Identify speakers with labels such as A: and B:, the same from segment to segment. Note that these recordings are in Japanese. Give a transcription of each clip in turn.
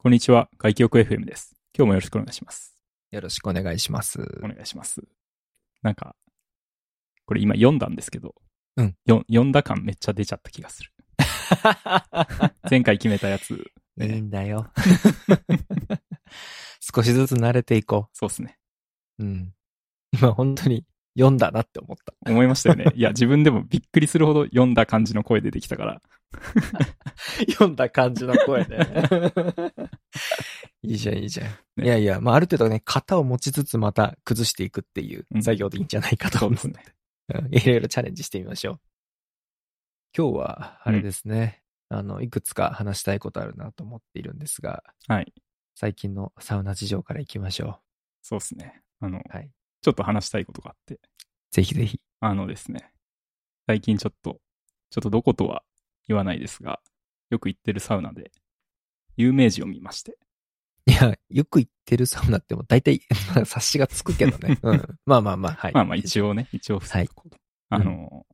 A: こんにちは。外記憶 FM です。今日もよろしくお願いします。
B: よろしくお願いします。
A: お願いします。なんか、これ今読んだんですけど、
B: うん
A: よ読んだ感めっちゃ出ちゃった気がする。前回決めたやつ、
B: いい
A: ね、
B: んだよ。 少しずつ慣れていこ
A: そうっすね。
B: う。うん。今本当に読んだなって思った。
A: 思いましたよね。いや、自分でもびっくりするほど読んだ感じの声出てきたから、
B: 読んだ感じの声ね。 いいじゃん、いいじゃん。
A: ね
B: いやいや、まあある程度ね、型を持ちつつまた崩していくっていう
A: うん
B: 作業でいいんじゃないか と
A: そうで
B: 思う
A: すね。
B: うんいろいろチャレンジしてみましょう。今日は、あれですね、あの、いくつか話したいことあるなと思っているんですが、
A: はい。
B: 最近のサウナ事情からいきましょ
A: そうっすね。あの、
B: う。はい。
A: ちょっと話したいことがあって、
B: ぜひぜひ。
A: あのですね、最近ちょっと、ちょっとどことは言わないですが、よく行ってるサウナで、有名人を見まして、
B: いや、よく行ってるサウナってもう大体、まあ察しがつくけど ね。うん。まあまあまあ、はい。
A: まあまあ
B: 応。
A: 一応ね、一応伏せとこうと
B: はい
A: あの、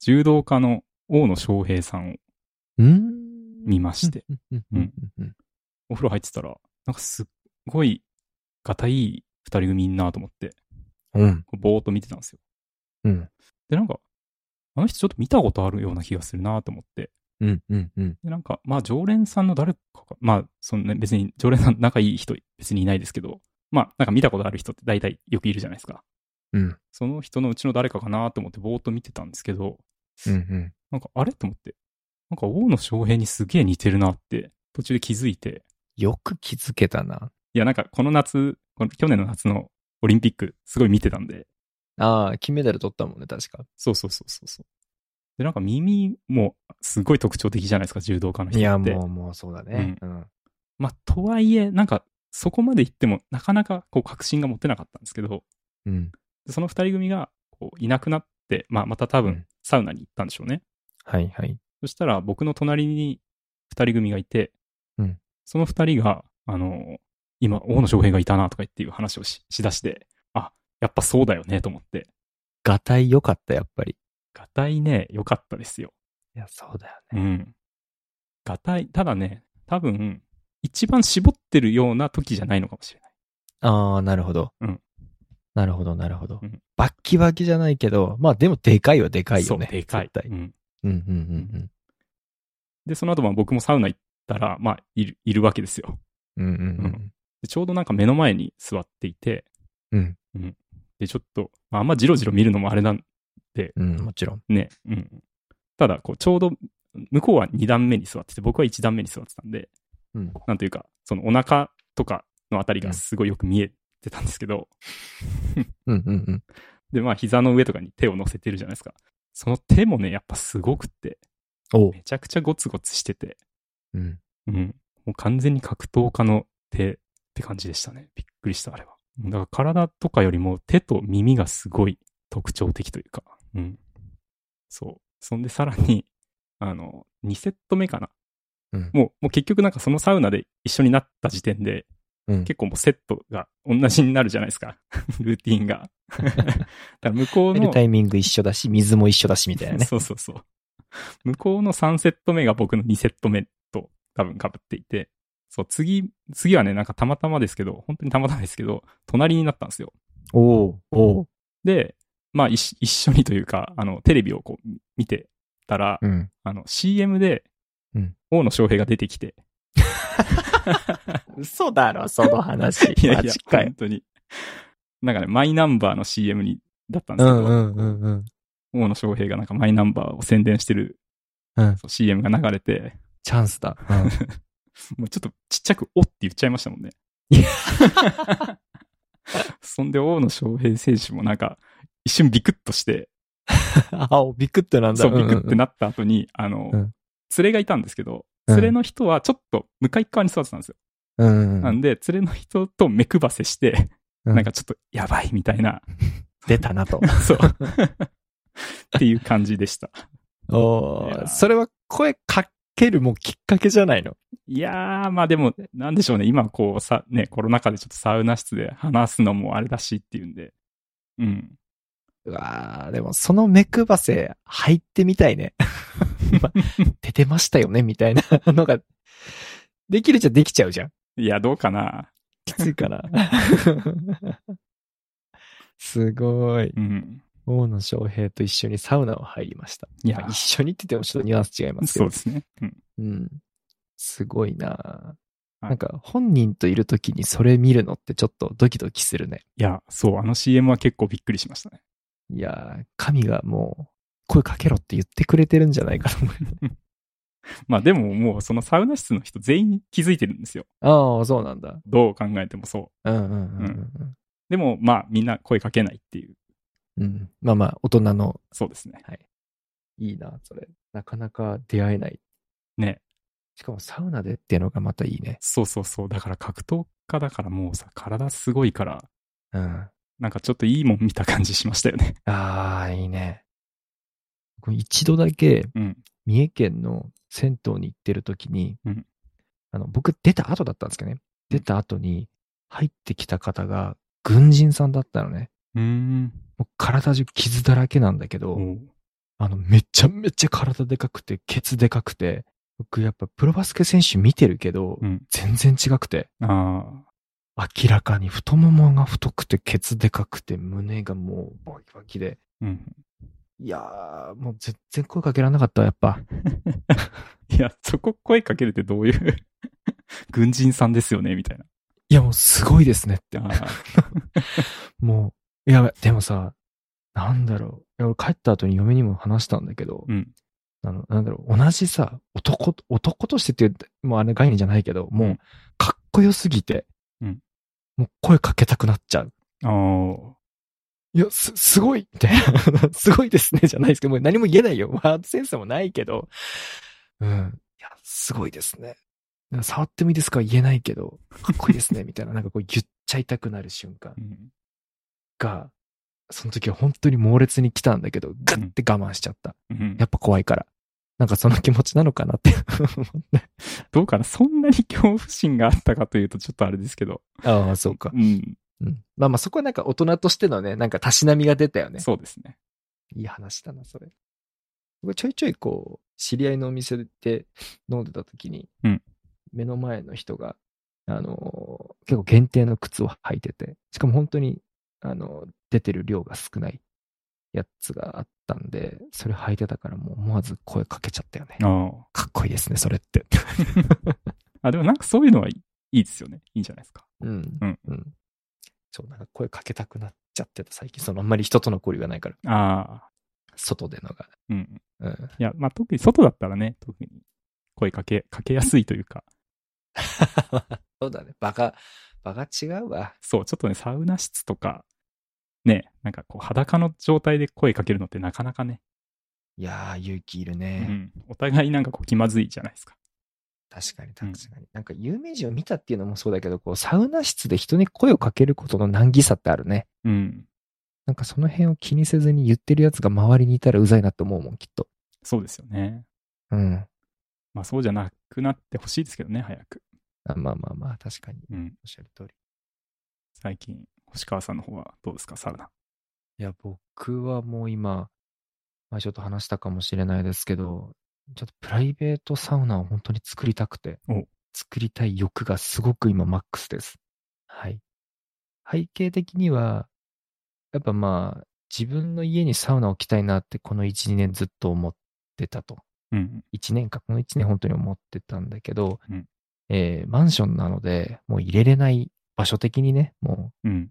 A: 柔道家の大野将平さんを
B: うん。
A: 見まして、
B: うん。うん。うん。うん。
A: お風呂入ってたら、なんかすっごい、がたいい二人組いんなと思って、
B: うん。
A: こうぼーっと見てたんですよ。
B: うん。
A: で、なんか、あの人ちょっと見たことあるような気がするなと思って、
B: うん。うん。うん。
A: で、なんか、まあ常連さんの誰かが、まあ、そんな別に常連さん仲いい人別にいないですけど、まあなんか見たことある人って大体よくいるじゃないですか。
B: うん。
A: その人のうちの誰かかなと思ってぼーっと見てたんですけど、
B: うん。
A: なんかあれと思って、なんか大野翔平にすげえ似てるなって途中で気づいて、
B: よく気づけたな。
A: いやなんかこの夏、この去年の夏のオリンピックすごい見てたんで、
B: ああ、金メダル取ったもんね、確か。
A: そうそうそうそうそう。で、なんか耳もすごい特徴的じゃないですか、柔道家の人って。
B: いや、もう、もうそうだね。うん。
A: まあ、とはいえ、なんかそこまで行ってもなかなかこう確信が持てなかったんですけど、
B: うん。
A: でその二人組がこういなくなって、まあまた多
B: う
A: 分
B: ん
A: サウナに行ったんでしょうね。
B: はいはい。
A: そしたら僕の隣に二人組がいて、
B: うん
A: その二人が、あの、今、大野翔平がいたなとかっていう話をししだして、あ、やっぱそうだよねと思って、
B: がたい良かった、やっぱり。
A: がたいね、良かったですよ。
B: いや、そうだよ
A: う
B: ね。
A: ん。がたい、ただね、多分、一番絞ってるような時じゃないのかもしれない。
B: ああ、なるほど。
A: うん。
B: なるほど、なるほど
A: うん。
B: バッキバキじゃないけど、まあでもでかいはでかい
A: そ
B: よ
A: う、
B: ね。
A: でかい
B: 絶。対
A: う。ん
B: うんうんうん
A: で、その後、まあ僕もサウナ行ったら、まあ、いる、いるわけですよ。
B: うん。うんうんう。
A: うんでちょうどなんか目の前に座っていて、
B: うん。
A: で、ちょっと、まああんまじろじろ見るのもあれなん
B: うん、もちろん。
A: ね、うん。ただ、こう、ちょうど、向こうは2段目に座ってて、僕は1段目に座ってたんで、
B: うん。
A: なんというか、そのお腹とかのあたりがすごいよく見えてたんですけど、
B: うんうんうん。
A: で、まあ、膝の上とかに手を乗せてるじゃないですか。その手もね、やっぱすごくって、
B: おう。
A: めちゃくちゃゴツゴツしてて、
B: うん。
A: うん。もう完全に格闘家の手って感じでしたね。びっくりした、あれは。だから体とかよりも手と耳がすごい特徴的というか。うん。そう。そんでさらに、あの、2セット目かな。
B: うん
A: もう、もう結局なんかそのサウナで一緒になった時点で、
B: うん。
A: 結構もうセットが同じになるじゃないですか。 ルーティンが。 だから向こう
B: 入る
A: の
B: タ、イミング一緒だし、水も一緒だし、みたいなね。
A: そうそうそう。向こうの3セット目が僕の2セット目と多分被っていて、そう、次、次はね、なんかたまたまですけど、本当にたまたまですけど、隣になったんですよ。
B: おう。おう。
A: で、まあ、一一緒にというか、あの、テレビをこう、見てたら、
B: うん。
A: あの、CM で
B: うん、
A: 大野翔平が出てきて、
B: 嘘だろ、その 話
A: いやいや、本。当に。なんかね、マイナンバーの CM に、だったんで
B: う
A: すけど、
B: んうんうんうん。
A: 大野翔平がなんかマイナンバーを宣伝してる、
B: うん
A: そう CM が流れて、
B: チャンスだ。うん。
A: もうちょっとちっちゃくおって言っちゃいましたもんね
B: い。
A: そんで大野翔平選手もなんか一瞬ビクッとして、
B: あ、おビクってなんだ。
A: そうビクッてな
B: な。
A: った後に、あの、
B: うん
A: 連れがいたんですけど、
B: うん
A: 連れの人はちょっと向かい側に座ってたんですよ。
B: うんう。
A: なんんで、連れの人と目配せして、
B: うん
A: なんかちょっとやばいみたいな、
B: 出たなと。
A: そう。っていう感じでした。
B: お
A: いや
B: ーそれは声かけるもうきっかけじゃないの。
A: いやー、まあでも、なんでしょうね。今、こう、さ、ね、コロナ禍でちょっとサウナ室で話すのもあれだしっていうんで。うん。
B: うわーでもその目配せ入 ってみたいね。今出てましたよね、みたいなのが、できるじゃできちゃうじゃん。
A: いや、どうかな。
B: きつい から。すごい。
A: うん。
B: 大野翔平と一緒にサウナを入りました。
A: い
B: ま
A: や
B: あ一、緒にって言ってもちょっとニュアンス違いますけ
A: そう
B: ど
A: で。すね。うん。
B: うん。すごいな
A: は
B: あ
A: い
B: なんか本人といるときにそれ見るのってちょっとドキドキするね。
A: いや、そう、あの CM は結構びっくりしましたね。
B: いやー神がもう声かけろって言ってくれてるんじゃないかと思う。
A: まあでももうそのサウナ室の人全員気づいてるんですよ。
B: ああ、そうなんだ。
A: どう考えてもそう。
B: うんうんうん
A: でもまあみんな声かけないっていう。
B: うん。うん、まあまあ、大人の、
A: そうですね。
B: いいな、それ。なかなか出会えない。
A: ね。
B: しかもサウナでっていうのがまたいいね。
A: そうそうそう。だから格闘家だからもうさ、体すごいから、
B: うん。あ
A: なんかちょっといいもん見た感じしましたよね。
B: あ、いいね。これ一度だけ、
A: うん。
B: 三重県の銭湯に行ってる時に、
A: うん
B: あの僕出た後だったんですけどね。出た後に入ってきた方が軍人さんだったのね。
A: うーん。
B: もう体中傷だらけなんだけど、
A: おう
B: あの、めちゃめちゃ体でかくて、ケツでかくて、僕やっぱプロバスケ選手見てるけど、
A: うん。
B: 全然違くて、
A: あ
B: 明らかに太ももが太くて、ケツでかくて、胸がもうバキバキで、
A: あ。うん。
B: いやー、もう全然声かけられなかった、やっぱ。
A: いや、そこ声かけるってどういう 軍人さんですよねみたいな。
B: いや、もうすごいですねって。
A: ああ
B: もう、いや、でもさ、なんだろう。いや、俺帰った後に嫁にも話したんだけど、
A: うん。
B: あの、なんだろう、同じさ、男と、男としてっていう、もうあれ概念じゃないけど、も
A: う、
B: うんかっこよすぎて、
A: うん
B: もう声かけたくなっちゃう。
A: ああ。
B: いや、す、すごいみたいな、 すごいですね、じゃないですけど、もう何も言えないよ。ワードセンスもないけど、うん。いや、すごいですね。触ってもいいですかは言えないけど、かっこいいですね、みたいな、 なんかこう言っちゃいたくなる瞬間
A: うん。
B: が、その時は本当に猛烈に来たんだけど、ガッて我慢しちゃった。
A: うん
B: やっぱ怖いから。なんかその気持ちなのかなって思って
A: どうかなそんなに恐怖心があったかというとちょっとあれですけど。
B: ああ、そうか
A: う。ん。
B: うん。まあまあ、そこはなんか大人としてのね、なんかたしなみが出たよね。
A: そうですね。
B: いい話だな、それ。僕ちょいちょいこう、知り合いのお店で飲んでた時に、
A: うん
B: 目の前の人が、あのー結構限定の靴を履いてて、しかも本当に、あのー出てる量が少ないやつがあったんで、それ履いてたからもう思わず声かけちゃったよね。
A: あ
B: かっこいいですね、それって。
A: あ。あ、でもなんかそういうのはいいいいですよね。いいんじゃないですか。
B: うん。
A: うん。
B: うん。そう、なんか声かけたくなっちゃってた、最近。そのあんまり人との交流がないから、
A: ああ。
B: 外でのが。
A: うん。
B: うん。
A: いや、まあ特に外だったらね、特に声かけ、かけやすいというか。
B: そうだね。場が、場が違うわ。
A: そう、ちょっとね、サウナ室とか、ね、なんかこう裸の状態で声かけるのってなかなかね、
B: いやー、勇気いる
A: う
B: ね。
A: ん。お互いなんかこう気まずいじゃないですか。
B: 確かに、確かに。なんか、有名人を見たっていうのもそうだけど、こう、サウナ室で人に声をかけることの難儀さってあるね。
A: うん。
B: なんか、その辺を気にせずに言ってるやつが周りにいたらうざいなって思うもん、きっと。
A: そうですよね。
B: うん。
A: まあそうじゃなくなってほしいですけどね、早く。
B: あまあまあまあ、確かに。
A: うん。
B: おっしゃる通り。
A: 最近、星川さんの方はどうですか、サウナ。
B: いや、僕はもう今、まあ、ちょっと話したかもしれないですけど、ちょっとプライベートサウナを本当に作りたくて
A: お、
B: 作りたい欲がすごく今マックスです。はい。背景的には、やっぱまあ、自分の家にサウナを置きたいなってこの1、2年ずっと思ってたと。
A: うん。
B: 1年か、この1年本当に思ってたんだけど、
A: うん
B: えーマンションなので、もう入れれない場所的にね、もう
A: うん。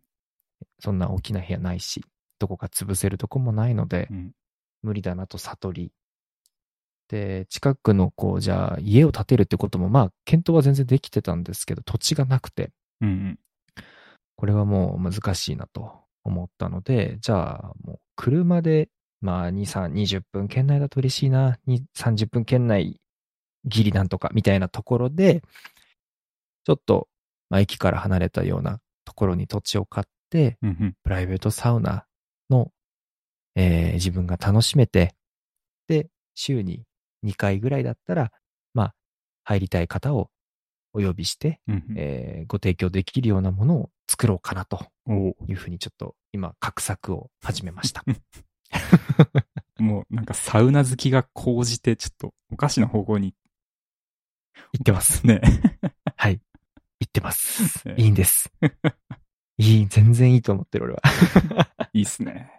B: そんな大きな部屋ないし、どこか潰せるとこもないので、
A: うん
B: 無理だなと悟り。で、近くのこう、じゃあ家を建てるってことも、まあ、検討は全然できてたんですけど、土地がなくて、
A: うんうん。
B: これはもう難しいなと思ったので、じゃあもう車で、まあ2、3、20分圏内だと嬉しいな、に30分圏内ギリなんとかみたいなところで、ちょっと、まあ駅から離れたようなところに土地を買って、
A: うんうん。
B: プライベートサウナの、えー自分が楽しめて、で、週に2回ぐらいだったら、まあ、入りたい方をお呼びして、
A: うんうん
B: えーご提供できるようなものを作ろうかなと
A: おう
B: いうふうにちょっと今、画策を始め ました。
A: もうなんかサウナ好きが高じてちょっとおかしな方向に
B: 行ってます。
A: ね。
B: はい。行ってます
A: ね。
B: いいんです。いい、全然いいと思ってる俺は。
A: いいっすね。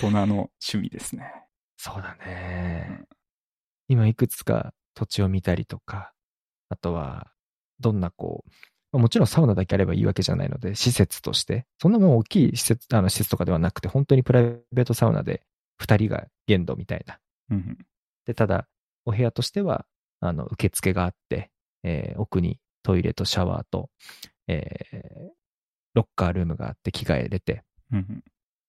A: 大人の趣味ですね。
B: そうだね。今いくつか土地を見たりとか、あとは、どんなこう、まあもちろんサウナだけあればいいわけじゃないので、施設として、そんなもう大きい施設、あの施設とかではなくて、本当にプライベートサウナで2人が限度みたいな。
A: うん。
B: で、ただ、お部屋としては、あの、受付があって、えー奥にトイレとシャワーと、えーロッカールームがあって着替えれて、
A: うん。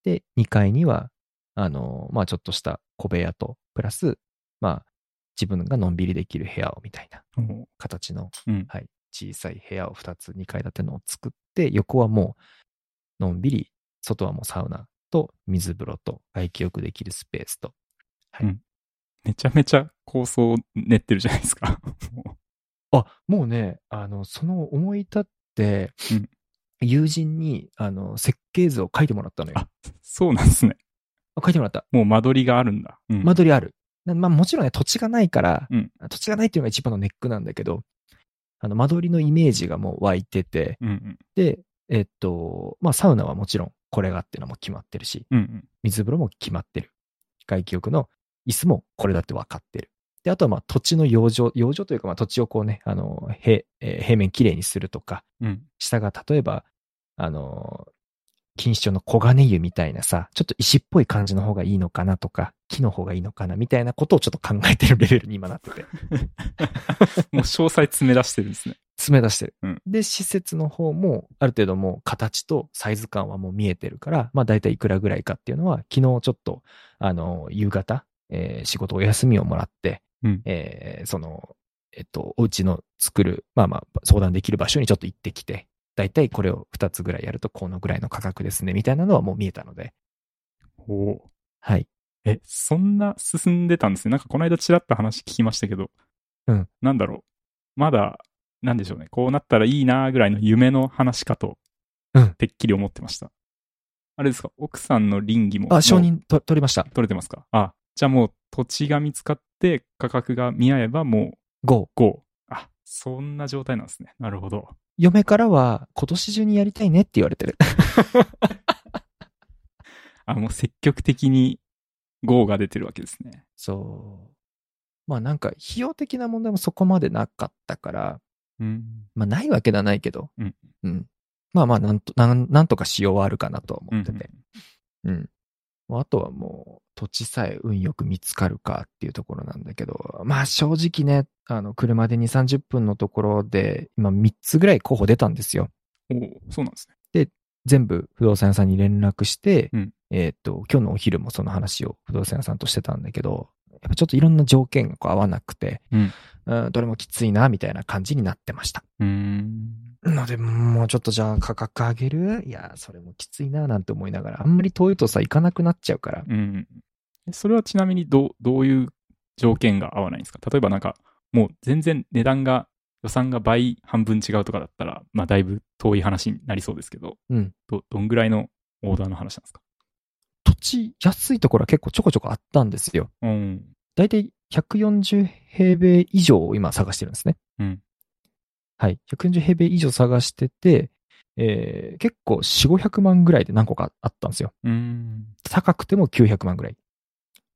B: で、2階には、あの、まあ、ちょっとした小部屋と、プラス、まあ、自分がのんびりできる部屋をみたいな
A: うんおう
B: 形の、
A: うん
B: はい、小さい部屋を2つ、2階建てのを作って、横はもう、のんびり、外はもうサウナと水風呂と外気浴できるスペースと、はい。
A: うんめちゃめちゃ構想練ってるじゃないですか。 も
B: あ、もうね、あの、その思い立って、
A: うん
B: 友人に、あの、設計図を書いてもらったのよ。
A: あうそうなんですね。
B: あ書いてもらった。
A: もう間取りがあるんだ。うん。
B: 間取りある。なまあもちろんね、土地がないから、
A: うん
B: 土地がないっていうのが一番のネックなんだけど、あの間取りのイメージがもう湧いてて、
A: うんうん。
B: で、えっと、まあサウナはもちろんこれがっていうのも決まってるし、
A: うんうん。
B: 水風呂も決まってる。外気浴の椅子もこれだって分かってる。で、あとはまあ土地の養生、養生というかまあ土地をこうね、あの、平、えー平面きれいにするとか、
A: うん。
B: 下が例えば、あの、錦糸町の黄金湯みたいなさ、ちょっと石っぽい感じの方がいいのかなとか、木の方がいいのかなみたいなことをちょっと考えてるレベルに今なってて、
A: もう詳細詰め出してるんです ね。
B: 詰め出してる。
A: うん
B: で、施設の方も、ある程度もう形とサイズ感はもう見えてるから、まあ大体いくらぐらいかっていうのは、昨日ちょっと、あの、夕方、えー仕事お休みをもらって、
A: うん
B: えーその、えっと、お家の作る、まあまあ、相談できる場所にちょっと行ってきて、大体これを2つぐらいやると、このぐらいの価格ですね、みたいなのはもう見えたので、
A: おう
B: はい。
A: え、そんな進んでたんですね。なんかこの間ちらっと話聞きましたけど、
B: うん。
A: なんだろう。まだ、なんでしょうね。こうなったらいいなーぐらいの夢の話かと、
B: うん
A: てっきり思ってました。あれですか、奥さんの倫理も。もう
B: あ、承認と取りました。
A: 取れてますかあ、じゃあもう土地が見つかって価格が見合えばも
B: GO。
A: う GO。あ、そんな状態なんですね。なるほど。
B: 嫁からは、今年中にやりたいねって言われてる。
A: あ、もう積極的に GO が出てるわけですね。
B: そう。まあなんか費用的な問題もそこまでなかったから、
A: うん。
B: まあないわけではないけど、
A: うん。
B: まあまあなんと、なんなんとかしようはあるかなとは思ってて。うん、まああとはもう土地さえ運よく見つかるかっていうところなんだけど、まあ正直ね、あの車で2、30分のところで今3つぐらい候補出たんですよ。
A: うんうんおーそうなんですね。
B: 全部不動産屋さんに連絡して、
A: うん
B: えーっと、今日のお昼もその話を不動産屋さんとしてたんだけど、やっぱちょっといろんな条件がこう合わなくて、
A: うん
B: うんどれもきついな、みたいな感じになってました。
A: うーん。
B: ので、もうちょっとじゃあ価格上げるいや、それもきついな、なんて思いながら、あんまり遠いとさ、行かなくなっちゃうから。
A: うん。えそれはちなみにどう、どういう条件が合わないんですか例えばなんか、もう全然値段が、予算が倍半分違うとかだったら、まあだいぶ遠い話になりそうですけど、
B: うん
A: ど、どんぐらいのオーダーの話なんですか
B: 土地、安いところは結構ちょこちょこあったんですよ。
A: うん。
B: だいたい140平米以上を今探してるんですね。
A: うん。
B: はい。140平米以上探してて、えー結構4、500万ぐらいで何個かあったんですよ。
A: うーん。
B: 高くても900万ぐらいっ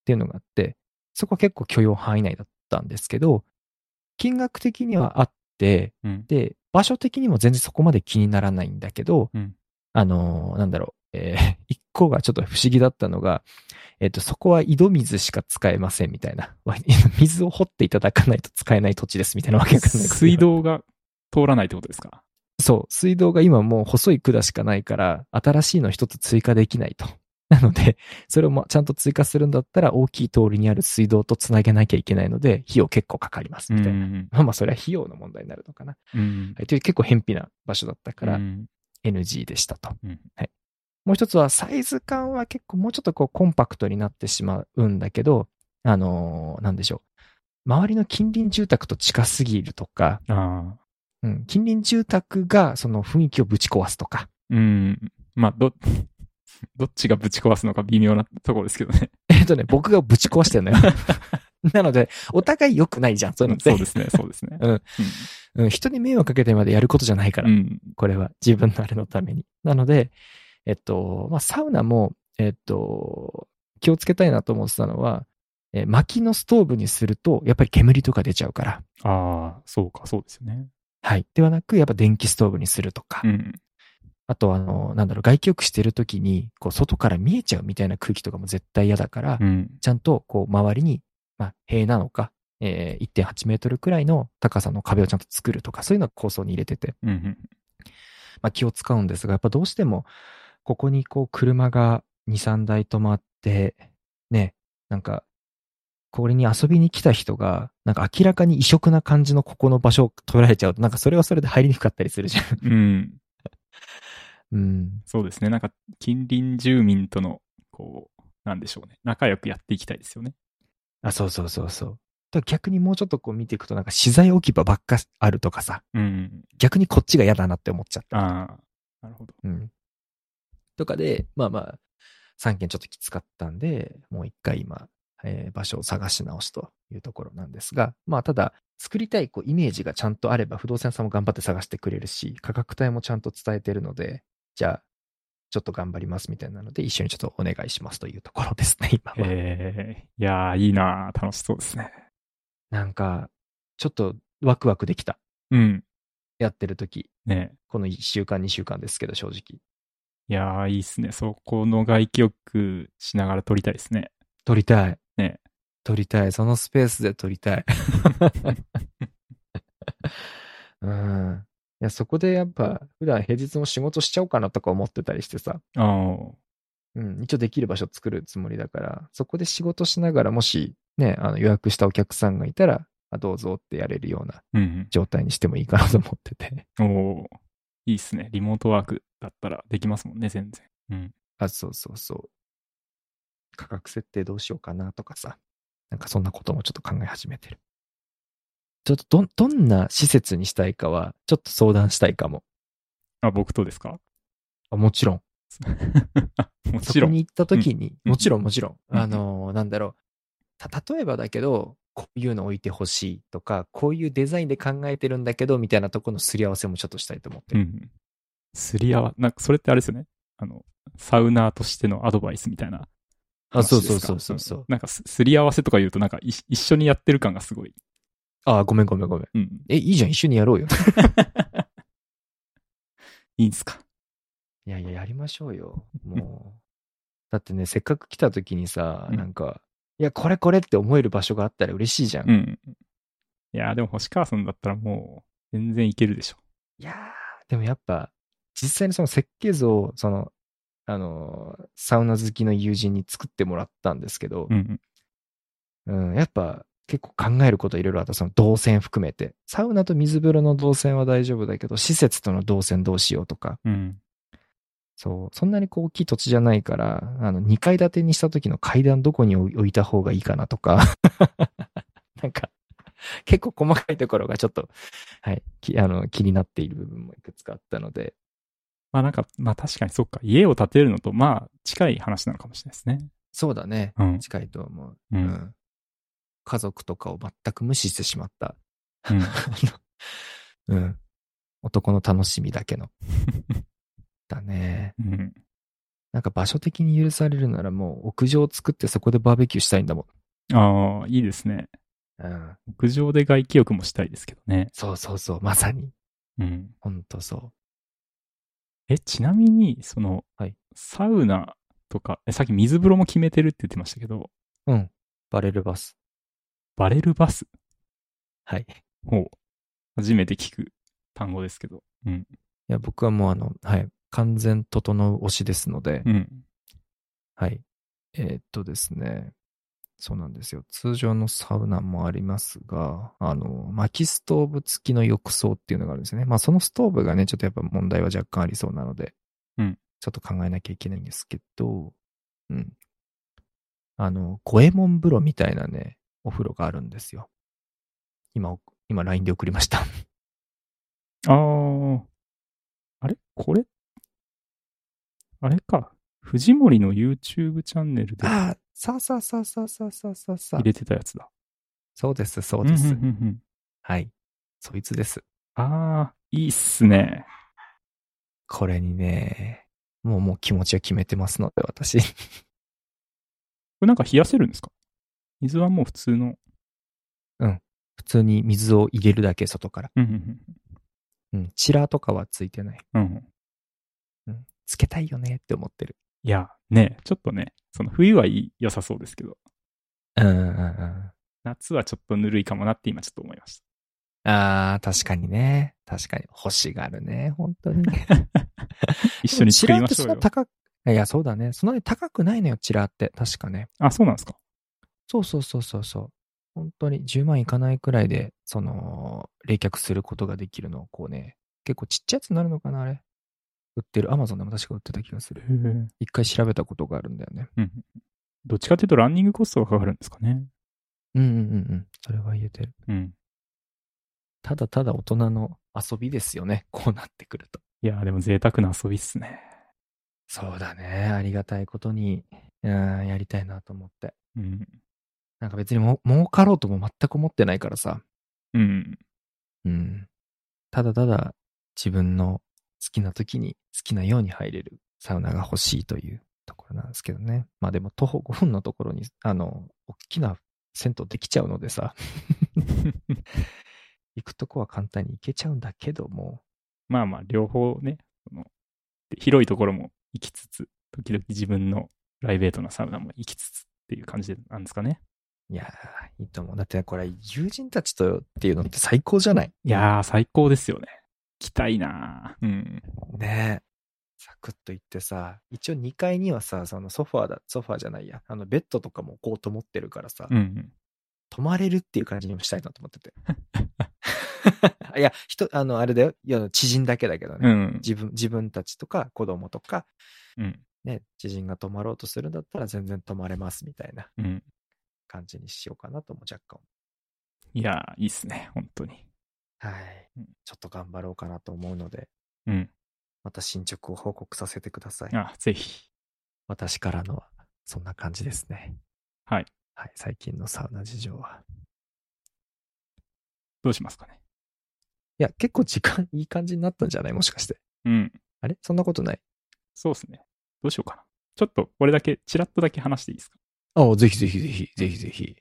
B: ていうのがあって、そこは結構許容範囲内だったんですけど、金額的にはあって、
A: うん。
B: で、場所的にも全然そこまで気にならないんだけど、
A: うん
B: あのーなんだろう、えー 一個がちょっと不思議だったのが、えっ、と、そこは井戸水しか使えませんみたいな。 水を掘っていただかないと使えない土地ですみたいなわけわかんないこと言わ
A: 水
B: れて
A: 道が通らないってことですか
B: そう、水道が今もう細い管しかないから、新しいの一つ追加できないと。 なので、それをまちゃんと追加するんだったら、大きい通りにある水道とつなげなきゃいけないので、費用結構かかります、みたいな。
A: うん
B: まあまあ、それは費用の問題になるのかな。
A: うん。
B: はい、という結構偏僻な場所だったか
A: う
B: ら、
A: ん
B: NG でしたと。
A: うん
B: もう一つは、サイズ感は結構もうちょっとこう、コンパクトになってしまうんだけど、あのーなんでしょう。周りの近隣住宅と近すぎるとか、
A: ああ。
B: うん、近隣住宅がその雰囲気をぶち壊すとか、
A: うん。まあ、ど、 どっちがぶち壊すのか微妙なところですけどね。
B: えっとね、僕がぶち壊してるのよ。なので、お互い良くないじゃん、そういうのって。
A: そうですね、そうですね。
B: うんうん、人に迷惑かけてまでやることじゃない か
A: う
B: ら、
A: ん。
B: これは自分のあれのために。なので、えっと、まあ、サウナも、えっと、気をつけたいなと思ってたのは、えー薪のストーブにすると、やっぱり煙とか出ちゃうから、
A: ああ、そうか、そうですよね。
B: はい。ではなく、やっぱ電気ストーブにするとか、
A: うん。
B: あと、あの、なんだろう、外気浴してる時に、こう、外から見えちゃうみたいな空気とかも絶対嫌だから、
A: うん。
B: ちゃんと、こう、周りに、まあ、塀なのか、えー1.8メートルくらいの高さの壁をちゃんと作るとか、そういうのを構想に入れてて、
A: うんうん。
B: まあ、気を使うんですが、やっぱどうしても、ここにこう車が2、3台止まって、ね、なんか、これに遊びに来た人が、なんか明らかに異色な感じのここの場所を取られちゃうと、なんかそれはそれで入りにくかったりする じゃん。
A: うん。
B: うん。
A: そうですね。なんか、近隣住民との、こう、なんでしょうね。仲良くやっていきたいですよね。
B: あ、そうそうそうそう。だから逆にもうちょっとこう見ていくと、なんか資材置き場ばっかあるとかさ、
A: うん。
B: 逆にこっちが嫌だなって思っちゃった。
A: ああ、なるほど。
B: うん。とかで、まあまあ、3件ちょっときつかったんで、もう一回今、えー場所を探し直しというところなんですが、まあただ、作りたいこうイメージがちゃんとあれば、不動産屋さんも頑張って探してくれるし、価格帯もちゃんと伝えてるので、じゃあ、ちょっと頑張りますみたいなので、一緒にちょっとお願いしますというところですね、 今は。
A: ええいやー、いいなー楽しそうですね。
B: なんか、ちょっとワクワクできた。
A: うん。
B: やってる時
A: ねえ
B: この1週間、2週間ですけど、正直。
A: いやー、いいっすね。そこの外気浴しながら撮りたいですね。
B: 撮りたい。
A: ね
B: 撮りたい。そのスペースで撮りたい。うん。いや、そこでやっぱ、普段平日も仕事しちゃおうかなとか思ってたりしてさ、
A: ああ、
B: うん、一応できる場所作るつもりだから、そこで仕事しながら、もしね、あの予約したお客さんがいたら、あどうぞってやれるような
A: うん
B: 状態にしてもいいかなと思ってて。
A: うん。おお、いいっすね。リモートワークだったらできますもんね、全然。うん。
B: あ、そうそうそう。価格設定どうしようかなとかさ。なんかそんなこともちょっと考え始めてる。ちょっとどん、どんな施設にしたいかは、ちょっと相談したいかも。
A: あ、僕とです か
B: あもちろん。
A: も
B: そ
A: ち
B: こ
A: ろん。
B: に行った時に、
A: うん
B: もちろんもちろん。
A: うん
B: あのーなんだろう。た、例えばだけど、こういうの置いてほしいとか、こういうデザインで考えてるんだけど、みたいなところのすり合わせもちょっとしたいと思って
A: う
B: る。
A: ん。すり合わ、なんかそれってあれですよね。あの、サウナーとしてのアドバイスみたいな
B: あ、
A: 話
B: そう
A: ですか。
B: そうそうそうそう。
A: んなんかすすり合わせとか言うと、なんかい一緒にやってる感がすごい。
B: あ、ごめんごめんごめん。
A: うん。
B: え、いいじゃん、一緒にやろうよ。
A: いいんすか。
B: いやいや、やりましょうよ。もう。だってね、せっかく来た時にさ、
A: うん
B: なんか、いや、これこれって思える場所があったら嬉しいじゃん。
A: う
B: い
A: ん。いやー、でも星川さんだったらもう、全然いけるでしょ。
B: やー、でもやっぱ、実際にその設計図を、その、あのー、サウナ好きの友人に作ってもらったんですけど
A: う、ん。
B: うん、やっぱ、結構考えることいろいろあった、その動線含めて。サウナと水風呂の動線は大丈夫だけど、施設との動線どうしようとか、
A: うん。
B: そう、そんなにこう大きい土地じゃないから、あの、2階建てにした時の階段どこに置いた方がいいかなとか、 なんか、結構細かいところがちょっと、はい、きあの気になっている部分もいくつかあったので、
A: まあなんか、まあ確かにそっか。家を建てるのと、まあ近い話なのかもしれないですね。
B: そうだね、
A: うん。
B: 近いと思う。
A: う。
B: うんん。家族とかを全く無視してしまった、
A: うん。
B: うん。男の楽しみだけの。だね。
A: うん。
B: なんか場所的に許されるならもう屋上を作ってそこでバーベキューしたいんだも
A: ああ、いいですね。
B: ん。うん。
A: 屋上で外気浴もしたいですけどね。
B: そうそうそう、まさに。
A: うん。
B: ほんとそ
A: え、ちなみに、その、
B: はい
A: サウナとか、えさっき水風呂も決めてるって言ってましたけど、
B: う。うん。バレルバス。
A: バレルバス
B: はい。い
A: を初めて聞く単語ですけど。うん。
B: や、僕はもうあの、はい。完全整う推しですので、
A: うん。
B: はい。えーっとですね。そうなんですよ。通常のサウナもありますが、あの、薪ストーブ付きの浴槽っていうのがあるんですよね。まあ、そのストーブがね、ちょっとやっぱ問題は若干ありそうなので、
A: うん
B: ちょっと考えなきゃいけないんですけど、うん。あの、五右衛門風呂みたいなね、お風呂があるんですよ。今、今、LINE で送りました。
A: あー。あれこれあれか。藤森の YouTube チャンネルで
B: ああ、さあさあさあさあさあさあさあ。
A: 入れてたやつだ。
B: そうです、そううで
A: んうん
B: す。
A: うんうん
B: はい。そいつです。
A: ああ、いいっすね。
B: これにね、もうもう気持ちを決めてますので、私。
A: これなんか冷やせるんですか水はもう普通の。
B: 普通に水を入れるだけ、外から。
A: うんうん
B: うん。チラーとかはついてない。
A: うん。うん。
B: うん。つけたいよねって思ってる。
A: いや、ねちょっとね、その冬はいい良さそうですけど、
B: うんうんうん。
A: 夏はちょっとぬるいかもなって今ちょっと思いまし
B: あー、確かにね。確かに。欲しがるね、本当に。
A: た。 一緒に作りましょう
B: でもチラーってそんな
A: よ。
B: 高く、いや、そうだね。そんなに高くないのよ、チラーって。確かね。
A: あ、そうなんですか。
B: そうそうそうそうそう。本当に10万いかないくらいで、その、冷却することができるのを、こうね、結構ちっちゃいやつになるのかな、あれ。売ってる。アマゾンでも確か売ってた気がする。
A: うん。
B: 一回調べたことがあるんだよね。
A: どっちかというとランニングコストがかかるんですかね。
B: うんうんうんうん。それは言えてる。
A: うん。
B: ただただ大人の遊びですよね。 こうなってくると。
A: いやー、でも贅沢な遊びっすね。
B: そうだね。ありがたいことに、うん、やりたいなと思って。
A: うん。
B: なんか別にも儲かろうとも全く思ってないからさ。
A: うん。
B: うん。ただただ自分の好きな時に好きなように入れるサウナが欲しいというところなんですけどね。まあでも徒歩5分のところに、あの、大きな銭湯できちゃうので さ、行くとこは簡単に行けちゃうんだけども、
A: まあまあ、両方ね、その広いところも行きつつ、時々自分のプライベートなサウナも行きつつっていう感じなんですかね。
B: いやー、いいと思う。だってこれ友人たちとっていうのって最高じゃない
A: いやー、最高ですよね。行きたいなーうん。
B: ねえ。サクッと行ってさ、一応2階にはさ、そのソファーだ、ソファーじゃないや、あのベッドとかも置こうと思ってるからさ、
A: うんうん。
B: 泊まれるっていう感じにもしたいなと思って て。いや、人、あの、あれだよ。いや知人だけだけどね。
A: うん。
B: 自分、自分たちとか子供とか、
A: うん。
B: ね、知人が泊まろうとするんだったら全然泊まれますみたいな
A: うん。
B: 感じにしようかなとも若干。
A: いやー、いいっすね。本当に。
B: はい
A: うん。
B: ちょっと頑張ろうかなと思うので、
A: うん。
B: また進捗を報告させてください。
A: あ、ぜひ。
B: 私からのは、そんな感じですね。
A: はい。
B: はい、最近のサウナ事情は。
A: どうしますかね。
B: いや、結構時間いい感じになったんじゃないもしかして。
A: うん。
B: あれそんなことない
A: そうっすね。どうしようかな。ちょっと、これだけ、ちらっとだけ話していいですか。
B: ああ、ぜひぜひぜひ、ぜひぜひ。
A: い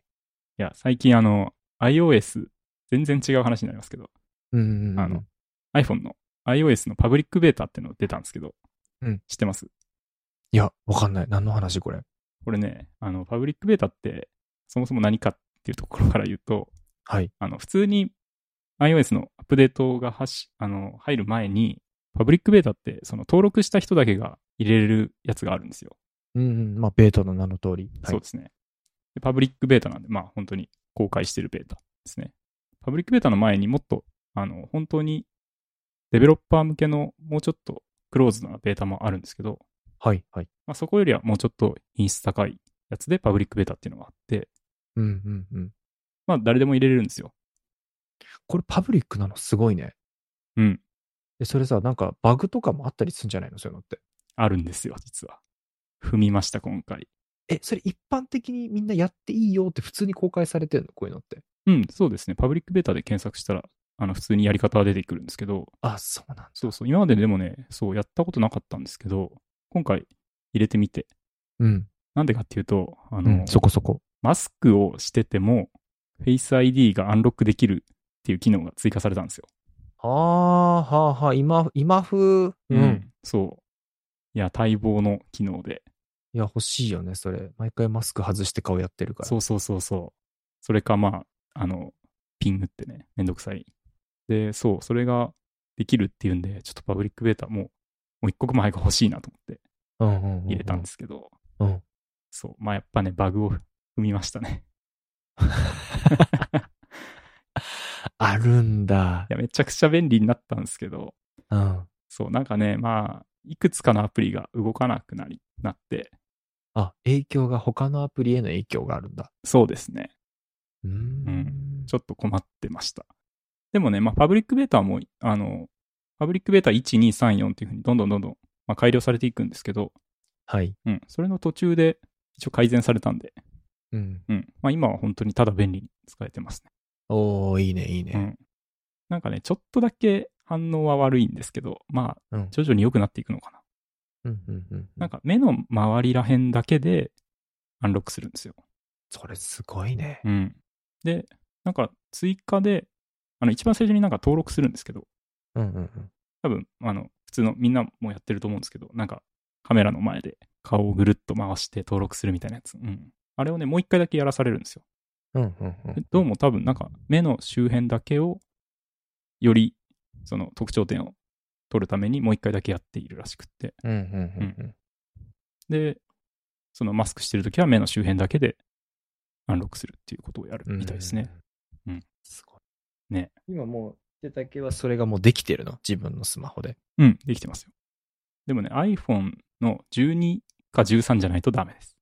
A: や、最近、あの、iOS、全然違う話になりますけど、
B: うん
A: あの、iPhone の iOS のパブリックベータっていうの出たんですけど、
B: うん
A: 知ってます
B: いや、わかんない。何の話これ。
A: これね、あの、パブリックベータって、そもそも何かっていうところから言うと、
B: はい。
A: あの、普通に iOS のアップデートがはし、あの、入る前に、パブリックベータって、その登録した人だけが入れれるやつがあるんですよ。
B: うんうん。まあ、ベートの名の通り。
A: そうですねで。パブリックベータなんで、まあ本当に公開してるベータですね。パブリックベータの前にもっと、あの、本当にデベロッパー向けのもうちょっとクローズなベータもあるんですけど、
B: はい。はい。
A: まあ、そこよりはもうちょっと品質高いやつでパブリックベータっていうのがあって、
B: うんうんうん。
A: まあ誰でも入れれるんですよ。
B: これパブリックなのすごいね。
A: うん。
B: で、それさ、なんかバグとかもあったりするんじゃないのそういうのって。
A: あるんですよ、実は。踏みました、今回。
B: え、それ一般的にみんなやっていいよって普通に公開されてるのこういうのって。
A: うん、そうですね。パブリックベータで検索したら、あの、普通にやり方は出てくるんですけど、
B: あ、そうなんだ。
A: そうそう、今まででもね、そう、やったことなかったんですけど、今回入れてみて、
B: うん。
A: なんでかっていうと、あ
B: う
A: の、
B: ん。そこそこ。
A: マスクをしてても、Face ID がアンロックできるっていう機能が追加されたんですよ。
B: はあ、はあ、はあ、今、今風。うん。
A: そう。いや、待望の機能で。
B: いや、欲しいよね、それ。毎回マスク外して顔やってるから。
A: そうそうそうそう。それか、まあ、あの、ピングってね、めんどくさい。で、そう、それができるっていうんで、ちょっとパブリックベータもう、もう一刻も早く欲しいなと思って
B: うんうんうんうん。
A: 入れたんですけど、
B: うん
A: そう、まあやっぱね、バグを踏みましたね。
B: あるんだ
A: い。や、めちゃくちゃ便利になったんですけど、
B: うん。
A: そう、なんかね、まあ、いくつかのアプリが動かなくなり、なって、
B: あ、影響が他のアプリへの影響があるんだ。
A: そうですね、
B: うーん。
A: ちょっと困ってました。でもね、まあ、パブリックベータはもう、あの、パブリックベータ1、2、3、4っていうふうにどんどんどんどん、まあ、改良されていくんですけど、
B: はい。
A: うん、それの途中で一応改善されたんで、
B: うん。
A: うん、まあ、今は本当にただ便利に使えてますね。
B: おー、いいね、いい
A: うん。なんかね、ちょっとだけ反応は悪いんですけど、まあ、
B: うん。
A: 徐々に良くなっていくのかな。
B: うん、うん、うん。
A: なんか目の周りらへんだけでアンロックするんですよ。
B: それすごいね。
A: うん。で、なんか追加で、あの、一番最初になんか登録するんですけど、
B: うん、うん、うん。
A: 多分、あの、普通のみんなもやってると思うんですけど、なんかカメラの前で顔をぐるっと回して登録するみたいなやつ。うん。あれをね、もう一回だけやらされるんですよ。
B: うん、うん、う
A: で
B: ん。
A: どうも多分なんか目の周辺だけをよりその特徴点を取るためにもう一回だけやっているらしくって。
B: うん、うん、うん
A: で、そのマスクしてるときは目の周辺だけでアンロックするっていうことをやる
B: うん、うん。
A: みたいですね。。うん。
B: すごい。
A: ね。
B: 今もう、手だけはそれがもうできてるの自分のスマホで。
A: うん、できてますよ。でもね、iPhone の12か13じゃないとダメです。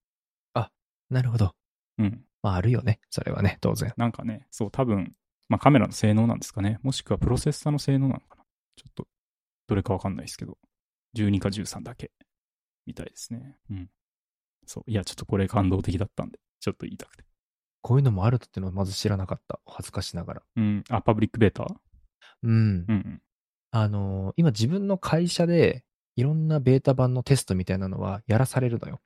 B: なるほど。
A: うん。
B: まあ、あるよね。それはね、当然。
A: なんかね、そう、多分、まあカメラの性能なんですかね。もしくはプロセッサーの性能なのかな。ちょっと、どれかわかんないですけど、12か13だけ、みたいですね。うん。そう、いや、ちょっとこれ感動的だったんで、ちょっと言いたくて。
B: こういうのもあるっていうのはまず知らなかった。お恥ずかしながら。
A: うん。あ、パブリックベータ
B: うん
A: うんうん。
B: あのー今自分の会社でいろんなベータ版のテストみたいなのはやらされるのよ。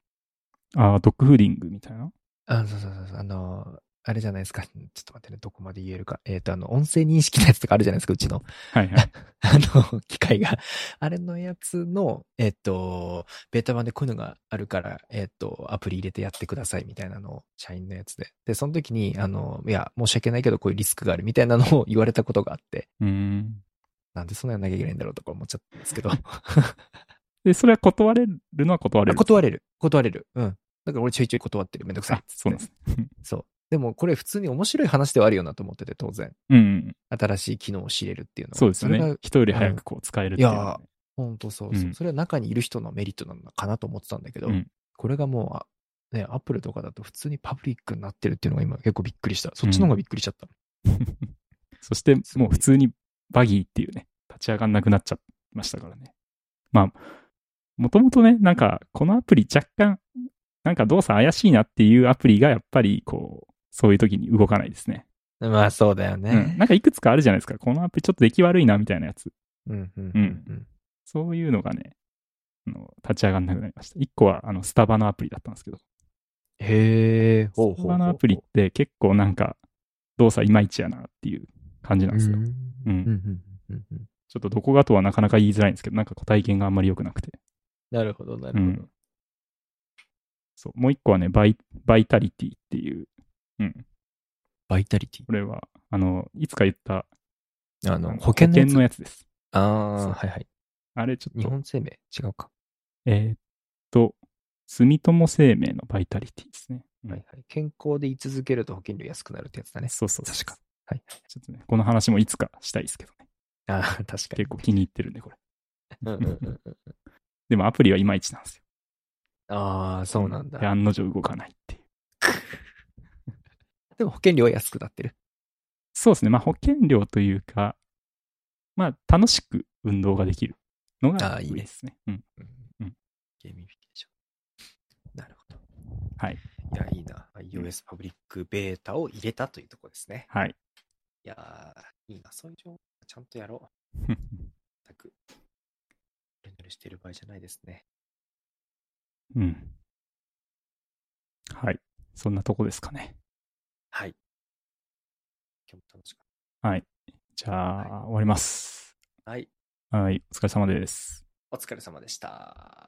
A: あ、ドッグフーディングみたいな。
B: あそうそうそうそうあのーあれじゃないですか。ちょっと待ってね、どこまで言えるか。えっ、と、あの、音声認識のやつとかあるじゃないですか、うちの。
A: はいはい。
B: あの、機械が。あれのやつの、えっ、と、ベータ版でこういうのがあるから、えっ、と、アプリ入れてやってくださいみたいなのを、社員のやつで。で、その時に、あの、いや、申し訳ないけど、こういうリスクがあるみたいなのを言われたことがあって、
A: うーん。
B: なんでそんなのやんなきゃいけないんだろうとか思っちゃったんです けど。
A: で、それは断れるのは断れ
B: あ
A: る。
B: 断れる。断れる。うん。だから俺ちょいちょい断ってる。めんどくさい
A: あ、。そうなんですね。
B: そう。でもこれ普通に面白い話ではあるよなと思ってて、当然。
A: うんうん。
B: 新しい機能を知れるっていうのは。
A: そうですよ
B: それ
A: ね
B: が。
A: 人より早くこう使えるっていうのはね、
B: 本当そうそう、
A: うん
B: それは中にいる人のメリットなのかなと思ってたんだけど、
A: うん
B: これがもう、あね、アップルとかだと普通にパブリックになってるっていうのが今結構びっくりした。そっちの方がびっくりしちゃった。
A: そして、もう普通にバギーっていうね、立ち上がんなくなっちゃいましたからね。まあ、もともとね、なんか、このアプリ若干、なんか動作怪しいなっていうアプリがやっぱり、こう、そういう時に動かないですね。
B: まあそうだよ
A: うん。。なんかいくつかあるじゃないですか。このアプリちょっと出来悪いなみたいなやつ。
B: うん、うん、
A: う
B: うんん。
A: そういうのがね、あの立ち上がんなくなりました。一個は、あの、スタバのアプリだったんですけど、
B: へー。
A: スタバのアプリって結構なんか、動作いまいちやなっていう感じなんですよ。
B: うん
A: うん
B: うんうんうんうん
A: ちょっとどこがとはなかなか言いづらいんですけど、なんかこう体験があんまり良くなくて。
B: なるほど、な
A: う
B: るほど
A: ん。そう、もう一個はね、バイバイタリティっていう、うん、
B: バイタリテ
A: これは、あの、いつか言った
B: ィ。あ
A: あ
B: の、
A: の
B: 保険のやつ
A: です。そ
B: ああ
A: う
B: ー、はいはい。
A: あれちょっ
B: 日
A: と、
B: 本生命違うか。
A: えーっと、住友生命のバイタリティですね。うん
B: はいはい。健康で居続けると保険料安くなるってやつだね。
A: そうそうそう
B: 確か。はい。
A: ちょっとね、この話もいつかしたいですけどね。
B: ああ、確かに
A: 結構気に入ってるんで、これ。。
B: うんうんうんうん
A: でもアプリはいまいちなんですよ。
B: ああ、そうなん
A: で
B: だ。
A: 案の定動かないっていう。
B: でも保険料は安くなってる。
A: そうですね。まあ保険料というか、まあ楽しく運動ができるの
B: あ
A: が
B: ー
A: い
B: い
A: い
B: いね
A: ですね。うん。うん
B: ゲーミフィケーション。なるほど。
A: はい。
B: いや、いいな。iOS パブリックベータを入れたというところですね。
A: はい。
B: いやー、いいな。そういう情報ちゃんとやろう。全く。レンタルしてる場合じゃないですね。
A: うん。はい。そんなとこですかね。
B: はい。今日も楽しかっ
A: じゃあ、終わります。
B: た。はい。
A: はい。お疲れ様です。
B: お疲れ様でした。